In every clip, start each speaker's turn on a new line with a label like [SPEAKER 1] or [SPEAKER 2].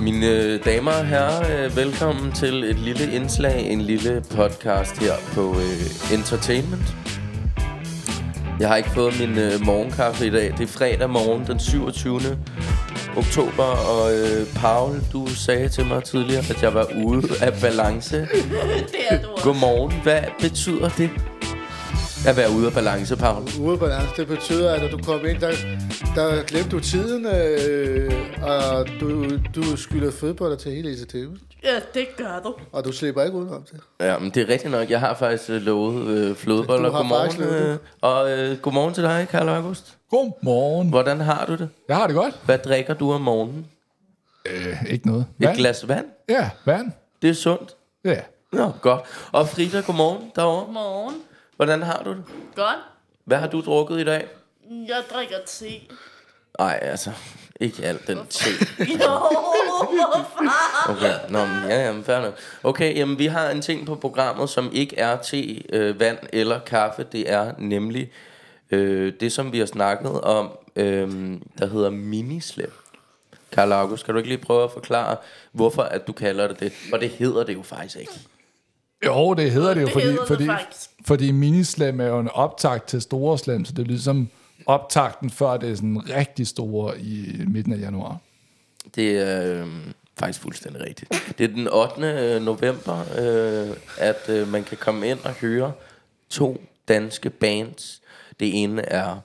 [SPEAKER 1] Mine øh, damer og herrer, øh, velkommen til et lille indslag, en lille podcast her på øh, Entertainment. Jeg har ikke fået min øh, morgenkaffe i dag. Det er fredag morgen den 27. oktober, og øh, Paul, du sagde til mig tidligere, at jeg var ude af balance.
[SPEAKER 2] Det er du også.
[SPEAKER 1] Godmorgen, hvad betyder det? At være ude af balance, Paul.
[SPEAKER 3] Udebalance, det betyder, at når du kom ind, der, der glemte du tiden, øh, og du, du skylder fodbold til hele ECTV,
[SPEAKER 2] Ja, det gør du.
[SPEAKER 3] og du slipper ikke udenom det.
[SPEAKER 1] Ja, men det er rigtigt nok. Jeg har faktisk øh, lovet øh, flødeboller.
[SPEAKER 3] Du har
[SPEAKER 1] godmorgen,
[SPEAKER 3] faktisk lovet det.
[SPEAKER 1] øh, og øh, godmorgen til dig, Karl August.
[SPEAKER 4] Godmorgen.
[SPEAKER 1] Hvordan har du det?
[SPEAKER 4] Jeg har det godt.
[SPEAKER 1] Hvad drikker du om morgenen?
[SPEAKER 4] Øh, ikke noget.
[SPEAKER 1] Et
[SPEAKER 4] Vand?
[SPEAKER 1] glas vand?
[SPEAKER 4] Ja, vand.
[SPEAKER 1] Det er sundt.
[SPEAKER 4] Ja.
[SPEAKER 1] Nå, godt. Og Frida, godmorgen derovre.
[SPEAKER 2] Morgen.
[SPEAKER 1] Hvordan har du det?
[SPEAKER 2] Godt.
[SPEAKER 1] Hvad har du drukket i dag?
[SPEAKER 2] Jeg drikker te.
[SPEAKER 1] Nej, altså, ikke alt den te.
[SPEAKER 2] Jo, hvorfor?
[SPEAKER 1] Okay, nå, men ja, jamen, fair nok. Okay, jamen, vi har en ting på programmet, som ikke er te, øh, vand eller kaffe. Det er nemlig øh, det, som vi har snakket om, øh, der hedder minislip. Karl August, kan du ikke lige prøve at forklare, hvorfor at du kalder det det? For det hedder det jo faktisk ikke.
[SPEAKER 4] Jo, det hedder det jo,
[SPEAKER 2] Det
[SPEAKER 4] fordi,
[SPEAKER 2] hedder det
[SPEAKER 4] fordi,
[SPEAKER 2] faktisk.
[SPEAKER 4] fordi minislam er jo en optakt til store slam, så det er ligesom optakten før det er sådan rigtig store i midten af januar.
[SPEAKER 1] Det er øh, faktisk fuldstændig rigtigt. Det er den 8. november, øh, at øh, man kan komme ind og høre to danske bands. Det ene er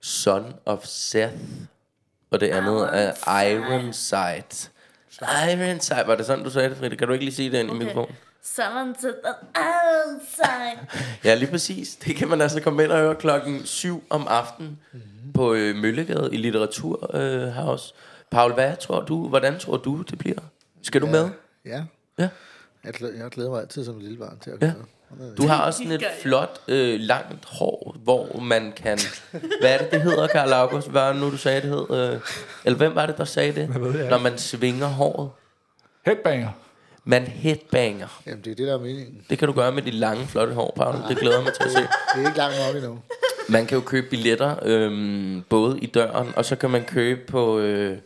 [SPEAKER 1] Son of Seth, og det andet er Ironside. Ironside, var det sådan, du sagde det, Frida? Kan du ikke lige sige det ind okay. i mikrofonen?
[SPEAKER 2] Someone said that outside.
[SPEAKER 1] Ja, lige præcis. Det kan man altså komme ind og høre klokken 7 om aftenen på øh, Møllegade i Litteratur øh, House. Paul, hvad tror du, hvordan tror du, det bliver? Skal du ja. med?
[SPEAKER 3] Ja.
[SPEAKER 1] Ja.
[SPEAKER 3] Jeg, glæder, jeg glæder mig altid som et lille barn til at
[SPEAKER 1] Ja.
[SPEAKER 3] gøre det.
[SPEAKER 1] Du har også sådan et
[SPEAKER 2] Det gør jeg.
[SPEAKER 1] flot, øh, langt hår, hvor man kan... Hvad er det, det hedder, Karl August? Hvad er det nu, du sagde, det hed? Øh, eller hvem var det, der sagde det?
[SPEAKER 4] ved jeg
[SPEAKER 1] Når man svinger håret.
[SPEAKER 4] Headbanger.
[SPEAKER 1] Man headbanger.
[SPEAKER 3] Jamen, det er det, der er meningen.
[SPEAKER 1] Det kan du gøre med dit lange, flotte hår, Paul. Det glæder jeg mig til at se.
[SPEAKER 3] Det er ikke langt nok endnu.
[SPEAKER 1] Man kan jo købe billetter øhm, både i døren, og så kan man købe på... Øh,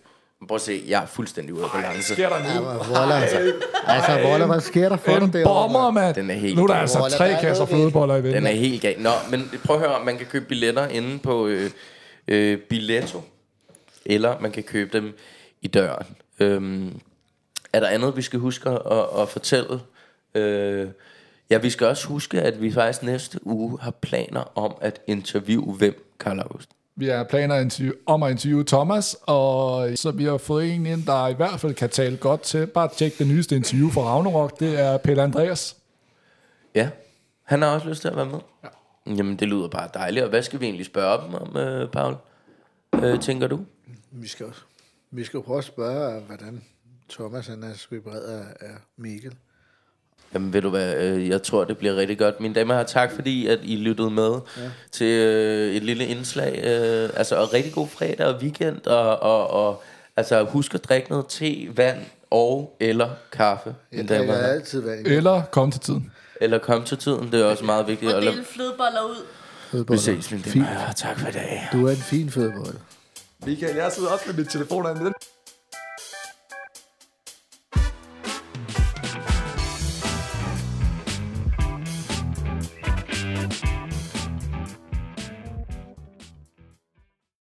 [SPEAKER 1] prøv at se, jeg er fuldstændig ude af balance.
[SPEAKER 4] Sker der
[SPEAKER 3] Ja,
[SPEAKER 4] nu?
[SPEAKER 3] men Volla, altså. Altså, Volla, hvad sker der for dig
[SPEAKER 4] En
[SPEAKER 3] derovre?
[SPEAKER 4] bomber,
[SPEAKER 3] mand?
[SPEAKER 4] mand.
[SPEAKER 1] Den er helt-
[SPEAKER 4] nu er der altså
[SPEAKER 3] Roller, der
[SPEAKER 4] tre
[SPEAKER 3] er
[SPEAKER 4] kasser
[SPEAKER 3] noget ved-
[SPEAKER 4] flødeboller i venten.
[SPEAKER 1] Den er helt gal. Nå, men prøv at høre, om man kan købe billetter inde på øh, øh, Billetto, eller man kan købe dem i døren. Øhm, er der andet, vi skal huske at, at fortælle? Øh, ja, vi skal også huske, at vi faktisk næste uge har planer om at interviewe hvem, Karl August.
[SPEAKER 4] Vi har planer at interview, om at interviewe Thomas, og så vi har fået en ind, der i hvert fald kan tale godt til. Bare tjek det nyeste interview fra Ragnarok, det er Peter Andreas.
[SPEAKER 1] Ja, han har også lyst til at være med. Ja. Jamen, det lyder bare dejligt. Og hvad skal vi egentlig spørge dem om, øh, Paul? Øh, tænker du?
[SPEAKER 3] Vi skal, også- vi skal jo prøve at spørge, hvordan Thomas han er vibreret af, af Mikkel.
[SPEAKER 1] Jamen ved du hvad, øh, jeg tror det bliver rigtig godt Mine damer og herrer, tak fordi at I lyttede med ja. Til øh, et lille indslag øh, Altså og rigtig god fredag og weekend og, og, og altså, husk at drikke noget te, vand og eller kaffe mine
[SPEAKER 3] Jeg
[SPEAKER 1] damer
[SPEAKER 3] drikker
[SPEAKER 1] og herrer.
[SPEAKER 3] altid vand i
[SPEAKER 4] Eller kom til tiden.
[SPEAKER 1] Eller kom til tiden, det er også meget vigtigt
[SPEAKER 2] Og
[SPEAKER 1] Eller,
[SPEAKER 2] dele flødeboller ud.
[SPEAKER 1] Vi
[SPEAKER 3] fodbold.
[SPEAKER 1] ses mine damer og herrer, tak for i dag
[SPEAKER 3] Du er en fin fodbold.
[SPEAKER 4] Michael, jeg sidder også med min telefon